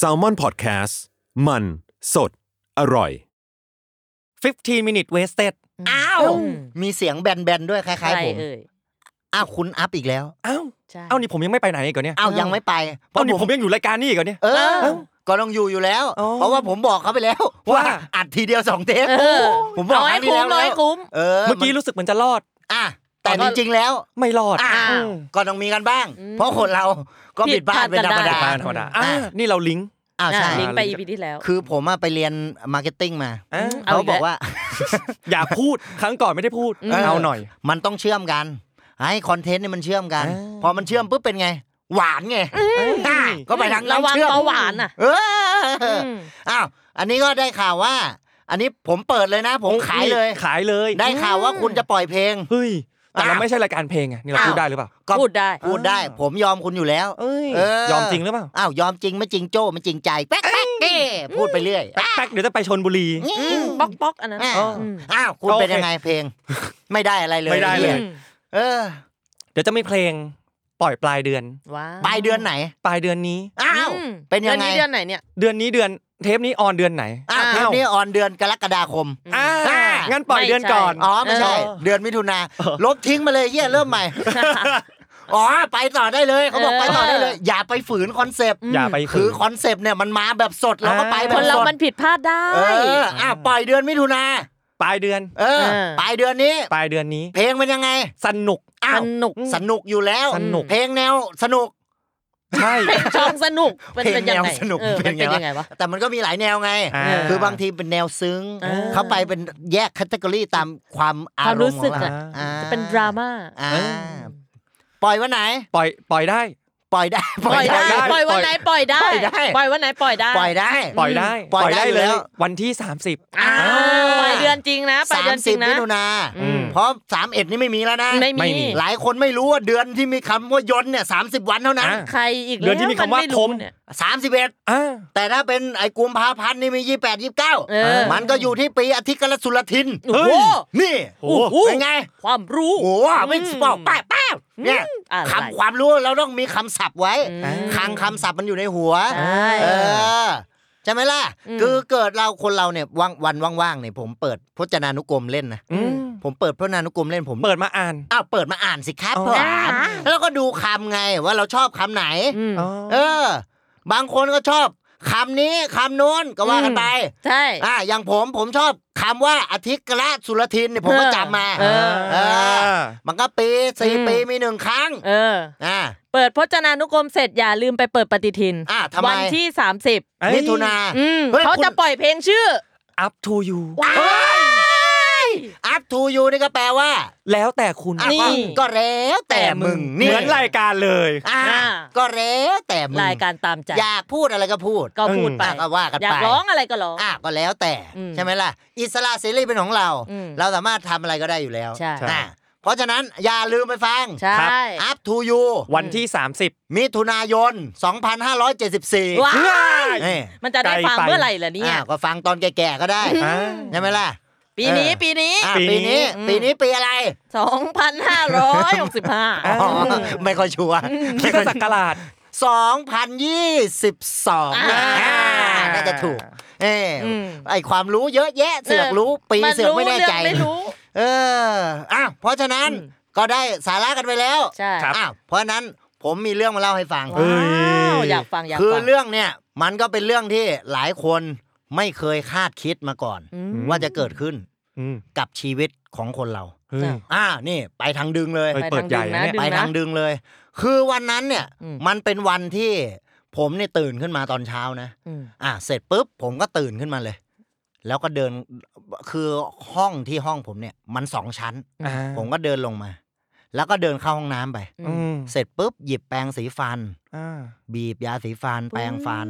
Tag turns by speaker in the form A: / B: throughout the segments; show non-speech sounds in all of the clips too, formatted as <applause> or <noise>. A: s a l m o n PODCAST มันสดอร่อย
B: 15 minute wasted
C: อ้าว มีเสียงแบนๆด้วยค
D: ใคร
C: ล้ายๆผม
D: เอ่ย
C: อ้าวคุณอัพอีกแล้ว
B: อ้าว
D: ใช่
B: เอ้านี่ผมยังไม่ไปไหนอีกเหรอเนี่ย
C: อ้าวยังไม่ไป เพ
B: เอ้า
C: ราะ
B: นี่
C: ผ
B: ผม มยังอยู่รายการนี่อีกเหรอเนี่ย
C: เออ ก็ต้องอยู่อยู่แล้ว
B: อ๋อ
C: เพราะว่าผมบอกเขาไปแล้ว <laughs>
B: ว่า
C: ว่าอัดทีเดียวสองเทป
D: เออ
C: ผมบอก
D: เอา
C: ค
D: ให้
C: รั้งที่
D: คุ้
C: แล้วแล้
D: มเอาให้
C: ว
D: คุ้ม
C: เออ
B: เมื่อกี้
C: น
B: รู้สึกเหมือนจะรอด
C: อ่ะแต่
D: แต่ก็
C: จริงๆแล้ว
B: ไม่รอด
C: อ่ะ
B: อืม
C: ก็ต้องมีกันบ้าง เพราะคนเราก็ผิดพลาดเป็นธรรม
B: ธ
C: ดา
B: รรมดาธรรมดาอ่า
C: อ่ะ
B: นี่เราลิงก์
C: อ้าวใช่
D: ลิงก์ไป EP ที่แล้ว
C: คือผมอะไปเรียนมาร์เก็ตติ้งมา
B: อ่ะ
C: เขาบอกว่า <laughs>
B: อย่าพูด ครั้งก่อนไม่ได้พูด
D: อืม
B: เอาหน่อย
C: มันต้องเชื่อมกันให้คอนเทนต์เนี่ยมันเชื่อมกัน
B: อ่า
C: พอมันเชื่อมปุ๊บเป็นไง หวานไงอ่าก็ไปทาง
D: ระวั
C: น้ำ
D: ง
C: เชื่อม
D: เบาหวานน่ะ
C: เออ
D: อืม
C: อ้าวอันนี้ก็ได้ข่าวว่า อันนี้ผมเปิดเลยนะ ผมขายเลย
B: ขายเลย
C: ได้ข่าวว่าคุณจะปล่อยเพลง
B: เฮ้ยแต่เรา
C: อ่ะ
B: ไม่ใช่รายการเพลงไงนี่เรา
C: อ้าว
B: พูดได้หรือเปล่า
C: ก็
D: พูดได้
C: พูดได้ ผมยอมคุณอยู่แล้ว
B: เอ้ย
C: เ
B: ยอมจริงหรือเปล่า
C: อ้าวยอมจริงไม่จริงโจ้ไม่จริงใจแป๊กแป๊กเอ้พูดไปเรื่อย
B: แป๊กเดี๋ยวจะไปชนบุรี
D: อืมป๊อกป๊อกอันนั้น
C: อ่า
B: อ๋ออื
C: มอ้าวคุณ
B: โอเค
C: เป็นยังไงเพลง ไม่ได้อะไรเลย
B: ไม่ได้เลย
C: นี่เออ
B: เดี๋ยวจะมีเพลงปล่อยปลายเดือน
D: ว้า
C: ปลายเดือนไหน
B: ปลายเดือนนี้
C: อ้าว
D: ม
C: เป็นยังไง
D: ดือเดือนไหนเนี่ย
B: เดือนนี้เดือนเทปนี้ออนเดือนไหน
C: อ่ะ
D: อ้าว
C: เทปนี้ออนเดือนกรกฎาคม
B: อ่า
C: อ่ะ
B: งั้นปล่อยเดือนก่อน
C: อ๋อไม่ใช่
B: เออ
C: เดือนมิถุนาลบทิ้งมาเลยเฮียเริ่มใหม่ อ๋อไปต่อได้เลยเขาบอก
D: เออ
C: ไปต่อได้เลย อย่าไปฝืนคอนเซปต์
B: อย่าไป
C: คือ
B: ฝืน
C: คอนเซปต์เนี่ยมันมาแบบสดเราก็ไปแบ
D: ค
C: บ
D: น
C: ส
D: เรา
C: ด
D: มันผิดพลาดได้
C: เอออ่ะปล่อยเดือนมิถุนา
B: ปลายเดือน
C: เออ
D: เออ
C: ปลายเดือนนี้
B: ปลายเดือนนี้
C: เพลงเป็นยังไง
B: สนุก
C: อ้า
D: ส
C: ว
D: นุก
C: สนุกอยู่แล้ว
B: สนุก
C: เพลงแนวสนุก
B: ใช่
D: ช่องสนุกมันเป็นยังไง
C: เพลงแนวสนุก
D: เออ
C: เป็
D: มัน
C: นไงวะ
D: เป็นยังไงวะ
C: <laughs> แต่มันก็มีหลายแนวไง
B: อ่า
C: คือบางทีเป็นแนวซึ้ง
D: อ่า
C: เข้าไปเป็นแยกคัตเกอรี่ตามความอา
D: ความ
C: ร
D: รู้
C: มณ์ข
D: สึ
C: อง
D: ก
C: เรา
D: อะ
C: อ่
D: จะเป็นดราม่า
C: อ่า
B: เออ
C: ปล่อยวันไหน
B: ปล่อยปล่อยได้
C: ปล่อยได้
D: <laughs> ปล่อยได้ ปล่อยวันไหนปล่อยได้
C: ปล่อยได้
D: ปล่อยวันไหนปล่อยได้
C: ปล่อยได้
B: ปล่อยได้
C: ปล่อยได้อยู่แล้ว
B: วันที่ 30
D: อ้าวปล่อยเดือนจริงนะปล่อย
C: สา
D: เดื
C: ม
D: อนจ
C: สิบ
D: ริงนะ
C: มิถุนา
B: อืม
C: เพราะสามเอ็ดนี่ไม่มีแล้วนะ
D: ไม่
B: ไม่มี
D: มี
C: หลายคนไม่รู้ว่าเดือนที่มีคำว่ายนต์เนี่ยสาวันเท่านั้น
B: อ่ะ
D: ใครอีก
B: เดือนที่มีคำว่า
D: ไรู้
B: คม
D: เนี่ย
C: สามสิบเอ็ด
B: อ่า
C: แต่ถ้าเป็นไอ้กุมภาพันธ์นี่มียี่แปดยี่เก้า
D: เออ
C: มันก็อยู่ที่ปีอาทิตย์กรสุรทิน
D: โอ้โห
C: นี่
B: โอ้โห
C: เป็นไง
D: ความรู้
C: โอ้โหไม่บอกป้าป้าเนี่ย
D: อะไร
C: คำความรู้เราต้องมีคำศัพท์ไว้
D: อืม
C: คลังคำศัพท์มันอยู่ในหัว
D: ใช่
C: เออใช่ไหมล่ะ
D: อืม
C: คือเกิดเราคนเราเนี่ยว่างวันว่างๆเนี่ยผมเปิดพจนานุกรมเล่นนะ
B: อืม
C: ผมเปิดพจนานุกรมเล่นผม
B: เปิดมาอ่าน
C: อ้าวเปิดมาอ่านสิครับ
B: อ๋อ
C: ผมอ่านแล้วก็ดูคำไงว่าเราชอบคำไหน
D: อืม
B: อ๋อ
C: เออ บางคนก็ชอบคำนี้คำโน้นก็ว่ากันไป
D: ใช่
C: อ่าอย่างผมผมชอบคำว่าอาทิตย์กระสุรทินเนี่ยผมก็จำมา
D: เออ
C: เออ มันก็ปีสี่
D: อืม
C: ปีมีหนึ่งครั้ง
D: เออ
C: อ่า
D: เปิดพจนานุกรมเสร็จอย่าลืมไปเปิดปฏิทิน
C: อ่ะทำไม
D: วัที่ 30
B: เอ้ย
C: มิถุนา
D: อืม
C: ฮ้ย
D: เขาจะ
C: คุณ
D: ปล่อยเพลงชื่อ
B: up to you
C: ว้ายอัพทูยูนี่ก็แปลว่า
B: แล้วแต่คุณ
C: อ่ะ
D: นี่
C: ก็ก็แล้วแต่มึง
B: เหมือนรายการเลย
C: อ่า
D: อ่า
C: ก็แล้วแต่มึง
D: รายการตามใจ
C: อยากพูดอะไรก็พูด
D: ก็พูดไป
C: อ่ะก็ว่ากัน
D: อยาก
C: ไป
D: ร้องอะไรก็ร้อง
C: อ่ะก็แล้วแต่
D: อืม
C: ใช่ไหมล่ะ อิสระเสรีเป็นของเรา
D: อืม
C: เราสามารถทำอะไรก็ได้อยู่แล้ว
D: ใช่
C: อ่ะเพราะฉะนั้นอย่าลืมไปฟัง
D: ใช่
B: ครับ
C: อัพทูยู
B: วันที่ 30
C: มิถุนายน 2574
D: ว้า
C: นี่
D: มันจะได้
B: ไกล
D: ฟัง
B: ไป
D: เมื่อไหร่ล่ะเนี่ย
C: อ่าก็ฟังตอนแก่ๆก็ได้
B: อ่า
C: ใช่ไหมล่ะ
D: ปีนี้ปีนี้
C: อ่า
B: ปี
C: ปี
B: นี้
C: นี้ ปีนี้ปีอะไร
B: อ่า
D: 2,565
C: อ๋อไม่ค่อยชัวร์
B: คริสตศักราช
C: สองพันยี่สิบสอง
D: อ่า
C: น่าจะถูก เอออ
D: ม
C: ไอความรู้เยอะแยะเสือกรู้ ปีเสือกไม่แน่ใจ
D: มันรู้เรื่องไม่รู้
C: เอออ่ะเพราะฉะนั้น
D: อืม
C: ก็ได้สาระกันไปแล้ว
D: ใช่
B: ครับ
C: อ้าวเพราะฉะนั้นผมมีเรื่องมาเล่าให้ฟัง
B: เอ้
D: ว้
B: ย
D: าวอยากฟังอยาก
C: คือ
D: ฟัง
C: เรื่องเนี่ยมันก็เป็นเรื่องที่หลายคนไม่เคยคาดคิดมาก่อน
D: อืม
C: ว่าจะเกิดขึ้น
B: อืม
C: กับชีวิตของคนเรา
B: เฮ้ย
C: อ่า นี่ ไปทางดึงเลย
B: เอ้ย เปิดใหญ่นะเนี่ย
C: ไปทางดึงเลย คือวันนั้นเนี่ย
D: อืม
C: มันเป็นวันที่ผมเนี่ยตื่นขึ้นมาตอนเช้านะ
D: อืม
C: อ่ะ เสร็จปุ๊บ ผมก็ตื่นขึ้นมาเลย แล้วก็เดิน คือห้องที่ห้องผมเนี่ย มันสองชั้น
B: อ่า
C: ผมก็เดินลงมา แล้วก็เดินเข้าห้องน้ำไป
D: อื
B: อืม
D: ม
C: เสร็จปุ๊บหยิบแปรงสีฟัน
B: อ่า
C: บีบยาสีฟัน แปรงฟัน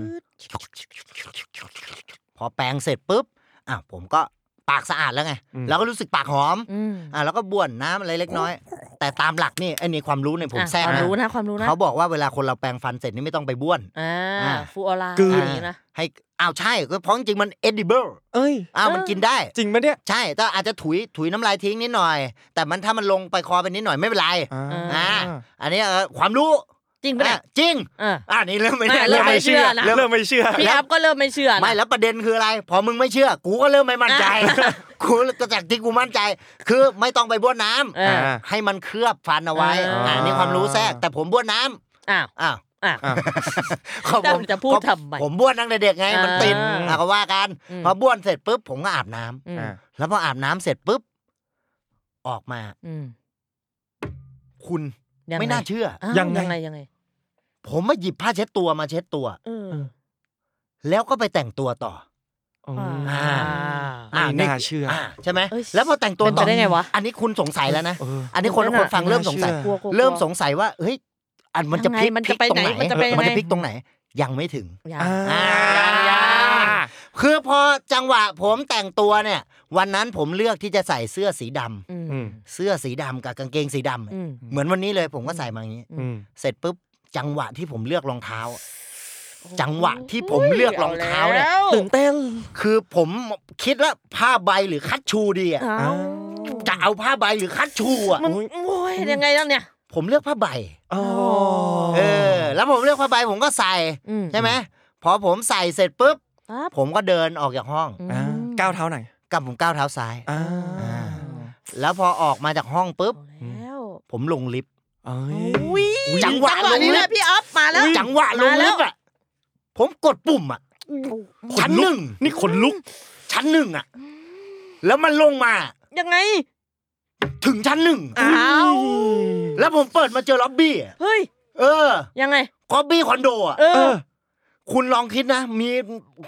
C: พอแปรงเสร็จปุ๊บอ่ะผมก็ปากสะอาดแล้วไง แล้วก็รู้สึกปากหอม
D: อืม
C: อ่ะแล้วก็บ้วนน้ำอะไรเล็ก
D: <laughs>
C: น้อย แต่ตามหลักนี่ไอ้นี่ความรู้เนี่ยผม
D: อ่ะ
C: แทรก
D: ความ
C: นะ
D: รู้นะความรู้นะ
C: เขาบอกว่าเวลาคนเราแปรงฟันเสร็จนี่ไม่ต้องไปบ้วน
D: อ่า
C: อ่า
D: ฟูออร่า
C: คื
D: อะไรอย่างงี้นะ
C: ให้อ้าวใช่ก็เพราะจริงๆมัน edible
B: เอ้ย
C: อ้าว
D: เออ
C: มันกินได้
B: จริงปะเนี่ย
C: ใช่แต่อาจจะถุยถุยน้ำลายทิ้งนิดหน่อย แต่มันถ้ามันลงไปคอไปนิดหน่อยไม่เป็นไร
B: อ่า
C: อ่าอันนี้เอ่อความรู้
D: จริงปะเนี่ย
C: อ่ะจริง
D: อ่า
C: อ่านี่เริ่มไม่
D: ไม่
C: ได้
D: เริ่มไม่
C: ไม่
D: เชื่อนะ
B: เริ่มไม่เชื่อ
D: พี่อัพก็เริ่มไม่เชื่อนะ
C: ไม่แล้วประเด็นคืออะไร พอมึงไม่เชื่อ กูก็เริ่มไม่มั่นใจ
D: อ่ะ
C: <laughs> กูก็จากที่กูมั่นใจ คือไม่ต้องไปบ้วนน้ำ
D: เออ
C: ให้มันเคลือบฟันเอาไว้
D: อ่า
C: อ่านี่ความรู้แทรกแต่ผมบ้วนน้ำ
D: อ้าว <laughs>
C: อ้าว
D: อ้าว
B: อ่ะ
C: เขาผม
D: จะพูดทำไม
C: ผมบ้วนตั้งแต่เด็กไงมันติด
D: อ่า
C: อ่ะก็ว่ากัน
D: อืม
C: พอบ้วนเสร็จปุ๊บผมก็อาบน้ำ
D: อืม
B: อ่า
C: แล้วพออาบน้ำเสร็จปุ๊บออกมา
D: อืม
C: คุณ
D: ยัง
C: ไม่น่าเชื่อ
D: อ้าว
B: ยั
D: ยัง
B: งไง
D: ไงยังไง
C: ผมมาหยิบผ้าเช็ดตัวมาเช็ดตัว
D: เออ
C: แล้วก็ไปแต่งตัวต่อ
B: อืม
C: อ่า
B: ไม่น่าเชื่ออ่
C: ะใช่ไหม
D: เย
C: แล้วพอแต่งตัว
D: เป็น
C: ต่อ
D: ไปได้ไงวะ
C: อันนี้คุณสงสัยแล้วนะ
B: เออ
C: อันนี้คน
D: ไม่
C: ค
D: น่าน
C: ฟังเริ่มสงสัย
B: ไม่น่าเชื่
D: กลัวกลัว
C: เริ่มสงสัยว่าเฮ้ยอันมันจะ
D: ยั
C: พ
D: งไง
C: ลิก
D: มัน
C: พลิ
D: จะ
C: ก
D: ไป
C: ตร
D: ไหน
C: งไหน
D: มันจะไปยังไง
C: มันจะพลิกตรงไหน ยังไม่ถึง
D: ยัง
B: อ่า
C: อ่า
B: อ่า
C: คือพอจังหวะผมแต่งตัวเนี่ย วันนั้นผมเลือกที่จะใส่เสื้อสีดำ
D: อืม
B: อืม
C: เสื้อสีดำกับกางเกงสีดำ
D: อืม
C: เหมือนวันนี้เลยผมก็ใส่มาอย่างนี้
B: อืม
C: เสร็จปุ๊บจังหวะที่ผมเลือกรองเท้า จังหวะที่ผมเลือกรองเท้าเนี่ย
D: อแล้ว
B: ตื่นเต้น
C: คือผมคิดว่าผ้าใบหรือคัดชูดีอ่ะ
D: อ้าว
C: จะเอาผ้าใบหรือคัดชูอ่ะ
D: มันโอ้ยยังไงแล้วเนี่ย
C: ผมเลือกผ้าใบ
B: อ๋อ
C: เออ แล้วผมเลือกผ้าใบผมก็ใส่
D: อืม
C: ใช่ไหมพอผมใส่เสร็จปุ๊บ
D: ปั๊บ
C: ผมก็เดินออกจากห้อง
B: อ่าก้าวเท้าไหน
C: กับผมก้าวเท้าซ้าย
B: อ่า
C: อ่า แล้วพอออกมาจากห้องปุ๊บ
D: เอาแล้ว
C: ผมลงลิฟต์
B: เอ้ย
D: อุ้ย
C: จังหวะลงลิฟต์
D: นี้แหละพี่อัพมาแล้ว
C: จังหวะลงลิฟต์อ่ะผมกดปุ่มอ่ะชั้นหนึ่งนี่ขนลุก ชั้นหนึ่งอ่ะแล้วมันลงมา
D: ยังไง
C: ถึงชั้นหนึ่ง
D: อ้าว
C: แล้วผมเปิดมาเจอล็อบบี้อะ
D: เฮ้ย
C: เออ
D: ยังไง
C: ล็อบบี้คอนโดอ่ะ
D: เอ
B: เอ
D: อ
B: อ
C: คุณลองคิดนะ มี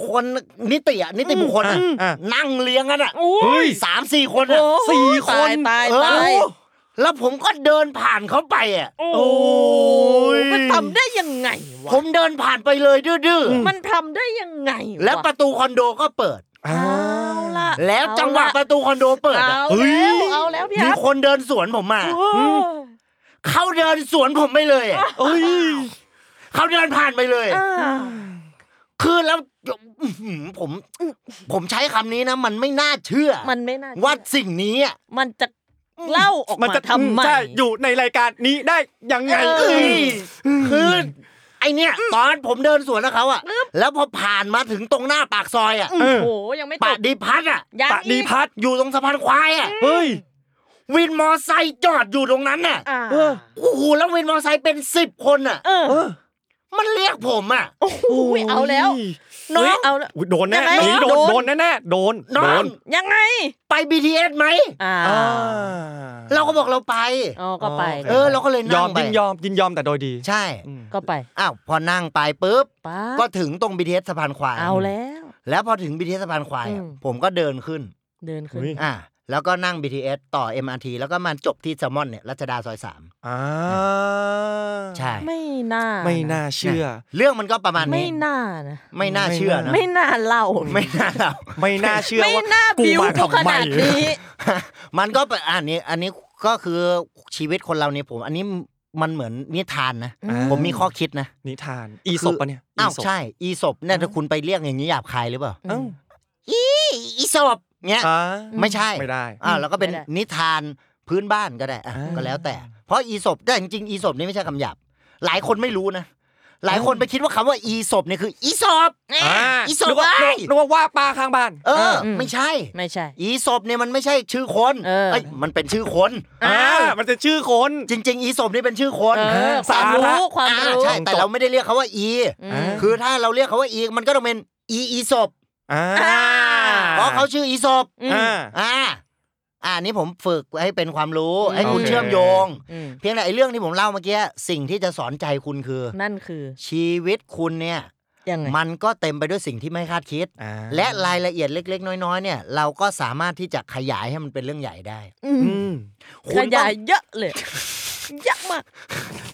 C: คนนิติอะนิติบุคคลอะ
B: อืมอ่ะ
C: นั่งเลี้ยงกันอะ
D: โอ้ย
B: เฮ้ย
C: สามสี่คนอะ
D: โอ้ย
C: สี่
B: สี่ค
D: ตาย
B: น
D: ตาย
C: เออ
D: ตาย
C: แล้วผมก็เดินผ่านเขาไปอะ
D: โอ้
C: ย
D: มันทำได้ยังไงวะ
C: ผมเดินผ่านไปเลยดื้อ
D: มันทำได้ยังไงะ
C: ๆแล้วประตูคอนโดก็เปิด
B: อ่า
D: เอาละ
C: แล้วจังหวะประตูคอนโดเปิดอะ
D: เอา
B: เฮ้
D: แล้ว
B: ย
D: เอาแล้วพี่
C: มี
D: อัพ
C: คนเดินสวนผมมา
D: โอ้ย
C: เขาเดินสวนผมไปเลยอะ
B: เอ้ย
C: เขาเดินผ่านไปเลย คือแล้วอื้อหือผม ผมใช้คำนี้นะ มันไม่น่าเชื่อ
D: มันไม่น่าเชื่อ
C: ว่าสิ่งนี้อะ
D: มันจะเล่าออก
B: มัน
D: มา
B: จะ
D: ทำไม
B: ใช่อยู่ในรายการนี้ได้ยังไง
D: เออ
B: เอ้ย
C: คือไอเนี่ย ตอนผมเดินสวนกับเขาอะแล้วพอผ่านมาถึงตรงหน้าปากซอยอะ
D: โอ้โห ยังไม่จ
C: ปะ
D: บ
C: ดีพัดอะ
D: ยัง
B: ปะดี
D: อีก
B: พัด
C: อยู่ตรงสะพานควายอะ
B: เฮ้ย
C: วินมอไซค์จอดอยู่ตรงนั้นน่ะ
D: อ่า
B: เออ
C: โอ้โหแล้ววินมอไซค์เป็นสิบคนอะ
D: เออ
B: เออ
C: มันเรียกผมอะ
D: โอ้โหเอาแล้ว
C: น้อง
D: เฮ้ยเอาแล้ว
B: อุ๊ยโดนแน่
D: ยังไง
B: หนีโดนโดนแน่ๆโดนโด
C: น้อง
B: น
D: ยังไง
C: ไป BTS ไหม
D: อ่า
B: อ่า
C: เราก็บอกเราไป
D: อ๋อก็ไป
C: เออเราก็เลย
B: ย
C: นั่
B: อง ม
C: ไป
B: ยินยอมยินยอมแต่โดยดี
C: ใช่
B: อืม
D: ก็ไป
C: อ้าวพอนั่งไปปุ๊บ
D: ป้า
C: ก็ถึงตรง BTS สะพานควาย
D: เอาแล้ว
C: แล้วพอถึง BTS สะพานควายอะ
D: อืม
C: ผมก็เดินขึ้น
D: เดินขึ้น
C: อ่าแล้วก็นั่ง BTS ต่อ MRT แล้วก็มาจบที่แซลมอนเนี่ยรัชดาซอยสาม
B: อ่า
C: ใช่
D: ไม่น่า
B: ไม่น่าเชื่อ
C: เรื่องมันก็ประมาณ
D: ไม่
C: นี้
D: น่านะ
C: ไม่น่าเชื่อนะ
D: ไม่น่าเล่า
C: ไม่น่าเรา <laughs>
B: ไม่น่าเชื่อ
D: ไม่
B: ว่า
D: น่า
B: กู
D: บิว
B: มา
D: กู
B: ทำ
D: ข
B: ไม
D: นาดนี้
C: มันก็เป็นอันนี้อันนี้ก็คือชีวิตคนเราเนี่ยผม อันนี้มันเหมือนนิทานนะ
B: อ่า
C: ผมมีข้อคิดนะ
B: นิทาน อีศปะเนี่ย
C: อ้าว
B: ศพ
C: ใช่ อีศบเนี่ยถ้าคุณไปเรียกอย่างนี้หยาบคายหรือเปล่า
B: เอ้า
C: อีอีศบเนี่ย
B: อ่า
C: ไม่ใช่
B: ไม่ได้
C: อ่าแล้วก็เป็นนิทานพื้นบ้านก็ได้อ่ะ
B: อ่า
C: ก็แล้วแต่ เพราะอีศบแต่จริงๆอีศบนี่ไม่ใช่คำหยาบหลายคนไม่รู้นะ หลายคนไปคิดว่าคำว่าอีศบเนี่ยคือ อีศบ
B: อ่า
C: อีศพ
B: นึกว่า
C: เอ้ย
B: นึกว่าว่าปลาข้างบ้าน
C: เออ ไม่ใช่
D: ไม่ใช่
C: อีศบเนี่ยมันไม่ใช่ชื่อคน
D: เออ
C: ยมันเป็นชื่อคน
B: อ่ามันจะชื่อคน
C: จริง ๆ อีศบนี่เป็นชื่อคน
D: เออ
B: สาว
D: คาม
B: ระ
D: รู้ความ
C: อ่า
D: รู้
C: ใช่แต่เราไม่ได้เรียกเขาว่าอี
D: อื
B: อ่า
D: ม
C: คือถ้าเราเรียกเขาว่าอีมันก็ต้องเป็นอีอีศบ
B: อ่า
C: เพราะเขาชื่ออีศบ
D: อืม
B: อ่า
C: อ่า อ่านี่ผมฝึกให้เป็นความรู้
D: อืม
C: ให้คุณ
B: โอเค
C: เชื่อมโยง
D: อืม
C: เพียงแต่ไอ้เรื่องที่ผมเล่าเมื่อกี้สิ่งที่จะสอนใจคุณคือ
D: นั่นคือ
C: ชีวิตคุณเนี่ย
D: ยังไง
C: มันก็เต็มไปด้วยสิ่งที่ไม่คาดคิด
B: อ่า
C: และรายละเอียดเล็ก ๆ น้อยๆเนี่ย เราก็สามารถที่จะขยายให้มันเป็นเรื่องใหญ่ได้
D: อืม
B: อืม
C: คุ
D: ข
C: ณต้
D: ยา
C: อง
D: ยเยอะเลย ยากมาก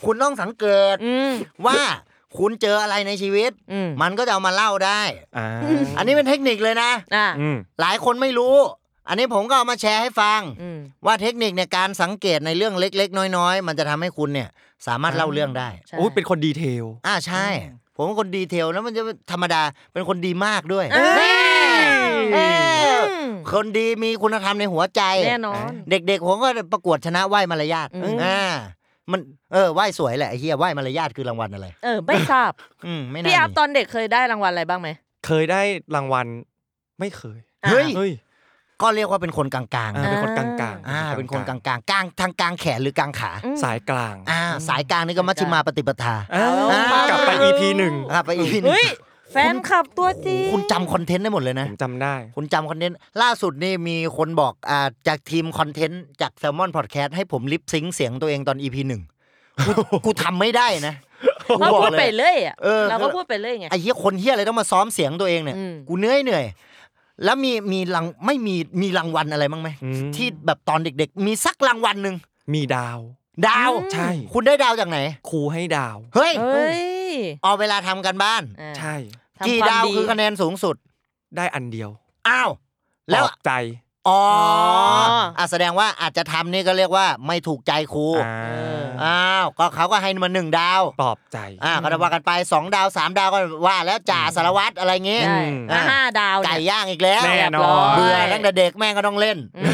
C: คุณต้องสังเกต
D: อืม
C: ว่าคุณเจออะไรในชีวิต
D: อืม
C: มันก็จะเอามาเล่าได้
B: อ่า
C: อันนี้เป็นเทคนิคเลยนะ
D: อ่า
B: อืม
C: หลายคนไม่รู้ อันนี้ผมก็เอามาแชร์ให้ฟัง
D: อืม
C: ว่าเทคนิคในการสังเกตในเรื่องเล็ก ๆ น้อย ๆ มันจะทำให้คุณเนี่ย สามารถเล่าเรื่องได้
D: ใช่
B: โอ้ยเป็นคนดีเทล
C: อ่าใช่ ผมเป็นคนดีเทลแล้วมันจะธรรมดาเป็นคนดีมากด้วย
D: เอ้ย
C: เออ
D: อืม
C: คนดีมีคุณธรรมในหัวใจ
D: แน่นอน
C: เด็กๆผมก็ประกวดชนะไหว้มารยาท
D: อืม
C: อ่ามันเออไหว้สวยแหละไอ้เฮียไหว้มารยาทคือรางวัลอะไร
D: เออ ไม่ทราบ
C: อืมไม่น่า
D: พี่อัพ
C: มี
D: ตอนเด็กเคยได้รางวัลอะไรบ้างไหม
B: เคยได้รางวัลไม่เคย
D: อ่ะ
C: เฮ้ย
B: เฮ้ย
C: ก็เรียกว่าเป็นคนกลาง
B: อ่า
C: ๆ
B: เป็นคนกลางๆกลาง
C: อ่าเป็นคนกลางๆกลางทางกลางแขนหรือกลางขา
D: อืม
B: สายกลาง
C: อ่าสายกลางนี่ก็มัชฌิมาปฏิปทา
B: อ่า
C: อ่าก
B: กลับไป EP หนึ่ง
C: ครับไปอีกทีหนึง
D: เฮ้ย แฟนคลับตัวจริง
C: คุณจำคอนเทนต์ได้หมดเลย
B: ผ
C: นะ
B: มจำได้
C: คุณจำคอนเทนต์ล่าสุดนี่มีคนบอกอ่าจากทีมคอนเทนต์จากแซลมอนพอดแคสต์ให้ผมลิปซิงค์เสียงตัวเองตอน EP หนึ่งกูกูทำไม่ได้ <laughs> นะกู
D: เรา
C: บอก
D: พูด
C: เล
D: ไป
C: ย
D: เรื่อยอ่ะ
C: เออ
D: เราก็พูดไปเรื่อยไง
C: ไอ้เหี้ยคนเหี้ยอะไรต้องมาซ้อมเสียงตัวเองเนี่ย
D: อืม
C: กูเหนื่อยเหนื่อย แล้วมีมีรางไม่มีมีรางวัลอะไรบ้างไหม
B: อืม
C: ที่แบบตอนเด็ก ๆ มีสักรางวัลหนึ่ง
B: มีดาว
C: ดาว
B: ใช่
C: คุณได้ดาวจากไหน
B: ครูให้ดาว
C: เฮ้ย
D: เฮ้ย
C: เอาเวลาทำกันบ้าน
D: อ่า
B: ใช่
D: ทำ
C: กี่
D: วม
C: ดาวคือคะแนนสูงสุด
B: ได้อันเดียว
C: อ้าว แล้ว
B: ปอบใจ
C: อ๋ออ่ะแสดงว่าอาจจะทำนี่ก็เรียกว่าไม่ถูกใจครู
B: อ่า
C: อ้าว ก็เขาก็ให้มาหนึ่งดาว
B: ปลอบใจ
C: อ่าก็จะว่ากันไปสองดาวสามดาวก็ว่าแล้วจ่าสารวัตรอะไรเงี้ย
D: ใช่
C: อ่า
D: ห้าดาว
C: ไก่
D: เนี่ย
C: ย่างอีกแล้ว
B: แน่นอน
C: เบื่อ
D: รียร้ย
C: ตั้งแต่เด็กแม่งก็ต้องเล่น
D: อื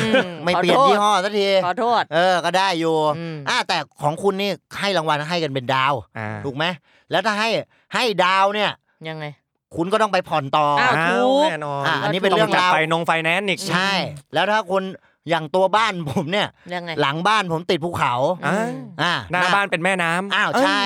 C: ไม่เปลี่ยนยี่ห้อสักที
D: ขอโทษ
C: เออ ก็ได้อยู่
D: อืม
C: อ่าแต่ของคุณนี่ให้รางวัลให้กันเป็นดาว
B: อ่า
C: ถูกไหม แล้วถ้าให้ให้ดาวเนี่ย
D: ยังไง
C: คุณก็ต้องไปผ่อนต่ออ
D: าว
B: อ้า
D: ถู
B: ว
D: ก
B: แน่นอน
C: อ่ะอันนี้เป็นเรื่อง
B: จัด
C: ราว
B: ไปนงไฟแนนซ์อีก
C: ใช่ แล้วถ้าคนอย่างตัวบ้านผมเนี่ย
D: ยังไง
C: หลังบ้านผมติดภูเขา
B: อ่า
C: อ่า
B: หน้าบ้านเป็นแม่น้ำ
C: อ้าวใช่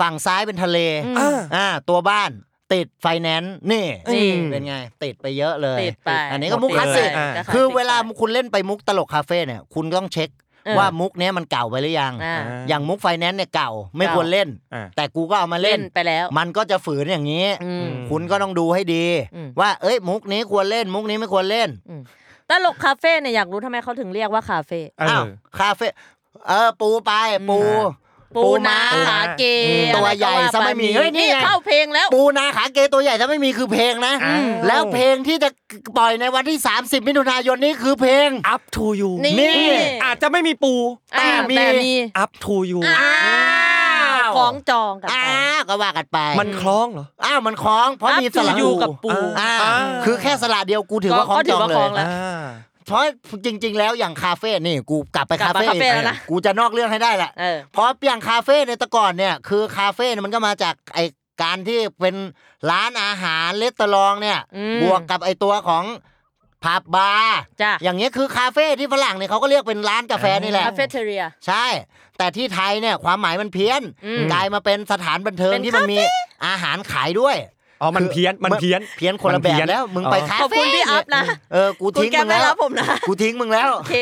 C: ฝั่งซ้ายเป็นทะเล
D: อืม
B: อ่า
C: อ่า ตัวบ้านติดไฟแนนซ์นี่
D: นี่
C: เป็นไง ติดไปเยอะเลย
D: ติดไป
C: อันนี้ก็มุกคลาสสิก
B: อ่า
D: ก็ลสสิก
C: คือเวลา
D: ไป
C: คุณเล่นไปมุกตลกคาเฟ่เนี่ย คุณต้องเช็ค
D: เออ
C: ว่ามุกเนี้ยมันเก่าไปหรือยัง
D: อ่า
C: อย่างมุกไฟแนนซ์เนี่ยเก่าไม่
D: เก่า
C: ควรเล่น
B: อ่า
C: แต่กูก็เอามา
D: เล่
C: เล่
D: น
C: น
D: ไปแล้ว
C: มันก็จะฝืนอย่างนี้
D: อืม
C: คุณก็ต้องดูให้ดี
D: อืม
C: ว่าเอ้ยมุกนี้ควรเล่น มุกนี้ไม่ควรเล่น
D: ตลกคาเฟ่เนี่ยอยากรู้ทำไมเขาถึงเรียกว่าคาเฟ่
B: เออ
C: อ้าวคาเฟ่เออปูไปปู
D: ปูนา
C: ปูนา
D: ขาเก
B: อืม
D: อะ
C: ตั
D: ไรก็า
C: วใหญ่ซะไม่มีเฮ้ยนี่ไง
D: เข้าเพลงแล้ว
C: ปูนาขาเกตัวใหญ่ถ้าไม่มีคือเพลงนะ
B: อ้าว
C: แล้วเพลงที่จะปล่อยในวันที่ 30 มิถุนายนนี้คือเพลง
B: up to you
D: นี่
B: อาจจะไม่มีปู
D: อ่า
C: แต่มี
D: แต่มี
B: up to you
D: อ้าวของจองกัน
C: อ้าว
D: ไป
C: ก็ว่ากันไป
B: มันคล้องเหรอ
C: อ้าวมันคล้องเพราะมี
D: Up
C: ส
D: to
C: ระ
D: you กับปู
C: อ่า
B: อ่า
C: คือแค่สระเดียวกูถือว่าคล้อง
D: ก็ถื
C: จอ
D: องว่า
C: เล
D: คล้
C: ย
D: องแล้ว
B: อ่า
C: เพราะจริง ๆ แล้วอย่างคาเฟ่นี่กูกลับไป
D: กลั
C: คา
D: บมา
C: เฟ่
D: คาเฟ่
C: อีก
D: แล้วนะ
C: กูจะนอกเรื่องให้ได้แหละ
D: เออ
C: เพราะอย่างคาเฟ่ในแตะก่อนเนี่ย คือคาเฟ่เนี่ยมันก็มาจากไอการที่เป็นร้านอาหารเลสตอรองเนี่ย
D: อืม
C: บวกกับไอตัวของผับบาร์
D: จ้ะ
C: <laughs> อย่างเงี้ยคือคาเฟ่ที่ฝรั่งเนี่ยเขาก็เรียกเป็นร้านกาแฟนี่แหละ
D: คาเฟ่เทเรีย
C: ใช่ แต่ที่ไทยเนี่ยความหมายมันเพี้ยน
D: อืม
C: กลายมาเป็นสถานบันเทิง
D: เป็น
C: ที่มันมีอาหารขายด้วย
B: อ๋อ มัน
C: คือ
B: เพี้ยน มันเพี้ยน
C: เพี้ยนคนละแบบแล้ว มึงไปคา
D: ขอบ
C: เฟ่
D: คุณพี่อัพนะ
C: เออกู
D: คุณ
C: ทิ้ง
D: แก
C: มึง
D: ไม่
C: แล้
D: รั
C: ว
D: บผมนะ
C: กูทิ้งมึงแล้ว
D: โอเค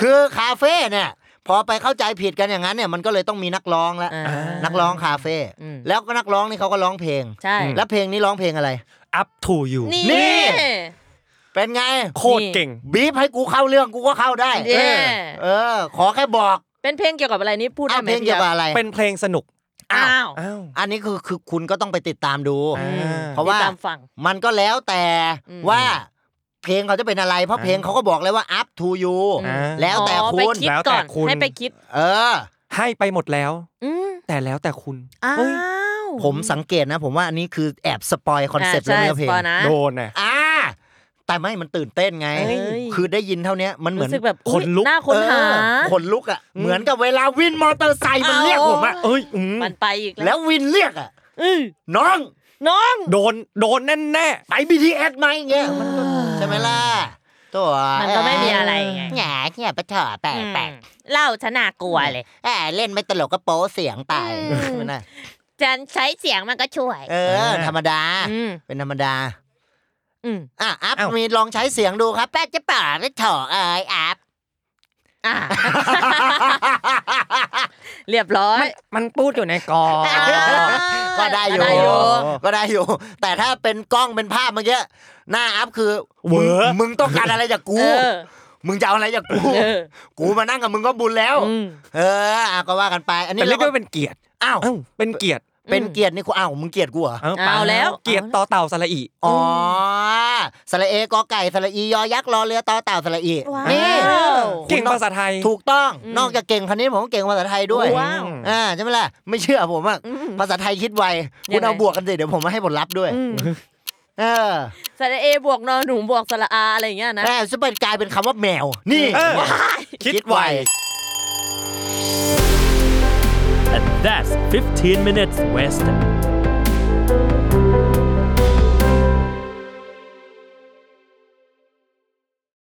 C: คือคาเฟ่เนี่ย พอไปเข้าใจผิดกันอย่างนั้นเนี่ยมันก็เลยต้องมีนักร้องแล้ว
D: อ่า
C: นักร้องคาเฟ่
D: อืม
C: แล้วก็นักร้องนี่เขาก็ร้องเพลง
D: ใช่
C: แล้วเพลงนี้ร้องเพลงอะไร
B: อ๋อ up to you
D: นี่
C: นี่ เป็นไง
B: โคตรเก่ง
C: บีบให้กูเข้าเรื่องกูก็เข้าได้
D: เย้
C: เออเออ ขอแค่บอก
D: เป็นเพลงเกี่ยวกับอะไรนี่พูดได้
C: อ้าว
D: ไหม
C: เพลงเกี่ยวกับอะไร
B: เป็นเพลงสนุก
D: อ้าว
B: อ้าว
C: อันนี้คือคือคุณก็ต้องไปติดตามดู
B: อ่า
C: เพราะว่า
D: ติดตามฟัง
C: มันก็แล้วแต่
D: อืม
C: ว่าเพลงเขาจะเป็นอะไร เพราะเพลงเขาก็บอกเลยว่า up to you
B: อ่า
C: แล้วแต่
D: อ๋อ
C: คุณ
D: ไปคิด
B: แล้วแต่
D: ก่อน
B: คุณ
D: ให้ไปคิด
C: เออ
B: ให้ไปหมดแล้ว
D: อืม
B: แต่แล้วแต่คุณ
D: อ้า
B: เฮ้ยว
C: ผมสังเกตนะ ผมว่าอันนี้คือแอบสปอยคอนเซ็ปต์เลยเนื้อเพลง
D: าใช่สปยนะ
B: โดนน่ะ
C: อ่าแต่ไม่มันตื่นเต้นไง
D: เอ้ย
C: คือได้ยินเท่าเนี้ยมันเหมือน
D: รู้สึกแบบอุ๊ย
B: ขนลุก
D: น่าค้นหา
C: เออขนลุกอ่ะ เหมือนกับเวลาวินมอเตอร์ไซค์มัน
D: เอา
C: เรียกผมอ่ะ
B: เอ้ยอืม
D: มันไปอีก
C: แล้
D: แล้ว
C: ววินเรียกอ่ะ
D: เอ้ย
C: น้อง
D: น้อง
B: โดน โดนแน่แน่
C: ไป BTS ไหมเงี้ยมันก็ใช่ไหมล่ะตัว
D: มันก็ไม่มีอะไรไง
C: แง่แง่ปะเถอะแปะแปะ
D: อืมเล่าชนากลัวเลย
C: แหมเล่นไม่ตลกก็โป๊เสียงไป
D: อืม
C: ใช่ไหมล่ะ
D: จันใช้เสียงมันก็ช่วย
C: เออ ธรรมดา
D: อืม
C: เป็นธรรมดา
D: อืม
C: อ่ะอัพมีลองใช้เสียงดูครับแป๊ะจะป่าไปเถอะเอ้ยอัพ
D: อ่า เรียบร้อย
B: มันพูดอยู่ในกอ
C: ก็ได้อยู่
D: ได้อยู่
C: ก็ได้อยู่ แต่ถ้าเป็นกล้องเป็นภาพเมื่อกี้หน้าอัพคือ
B: เวอร์
C: มึงมึงต้องการอะไรจากกู
D: เออ
C: มึงจะเอาอะไรจากกู
D: เออ
C: กูมานั่งกับมึงก็บุญแล้ว
D: อืม
C: เอออ่ะก็ว่ากันไป อันนี้
B: แต่เรียก
C: เราก็
B: ว่าเป็นเกียรติ
C: อ้าว
B: เอ้าเป็นเกียรติ
C: เป็นเกียรตินี่กูอ้าวมึงเกียรติกูเหรอ
B: ป
D: เอาแล้ว
B: เกียรติต่อเต่าสระอี
C: อ๋อสระเอกอไก่สระอียอยักษ์รอเรือต่อเต่าสระอี
D: ว้า
C: นี่
D: ว
B: เก่งภาษาไทย
C: ถูกต้อง
D: อืม
C: นอกจากเก่งคนนี้ผมก็เก่งภาษาไทยด้วย
D: ว้าว
C: อ่าใช่ไหมล่ะไม่เชื่อผมอ่ะ
D: อืม
C: ภาษาไทยคิดไว
D: ยั
C: คุณ
D: งไง
C: เอาบวกกันสิเดี๋ยวผมมาให้ผลลัพธ์ด้วย
D: อืม
C: เออ
D: สระเอบวกนอนหนูบวกสระอาอะไรอย่างเงี้ยนะ
C: แม่จะเป็นกลายเป็นคำว่าแมว นี่
B: เออ
C: คิดไว
E: And that's 15 minutes west.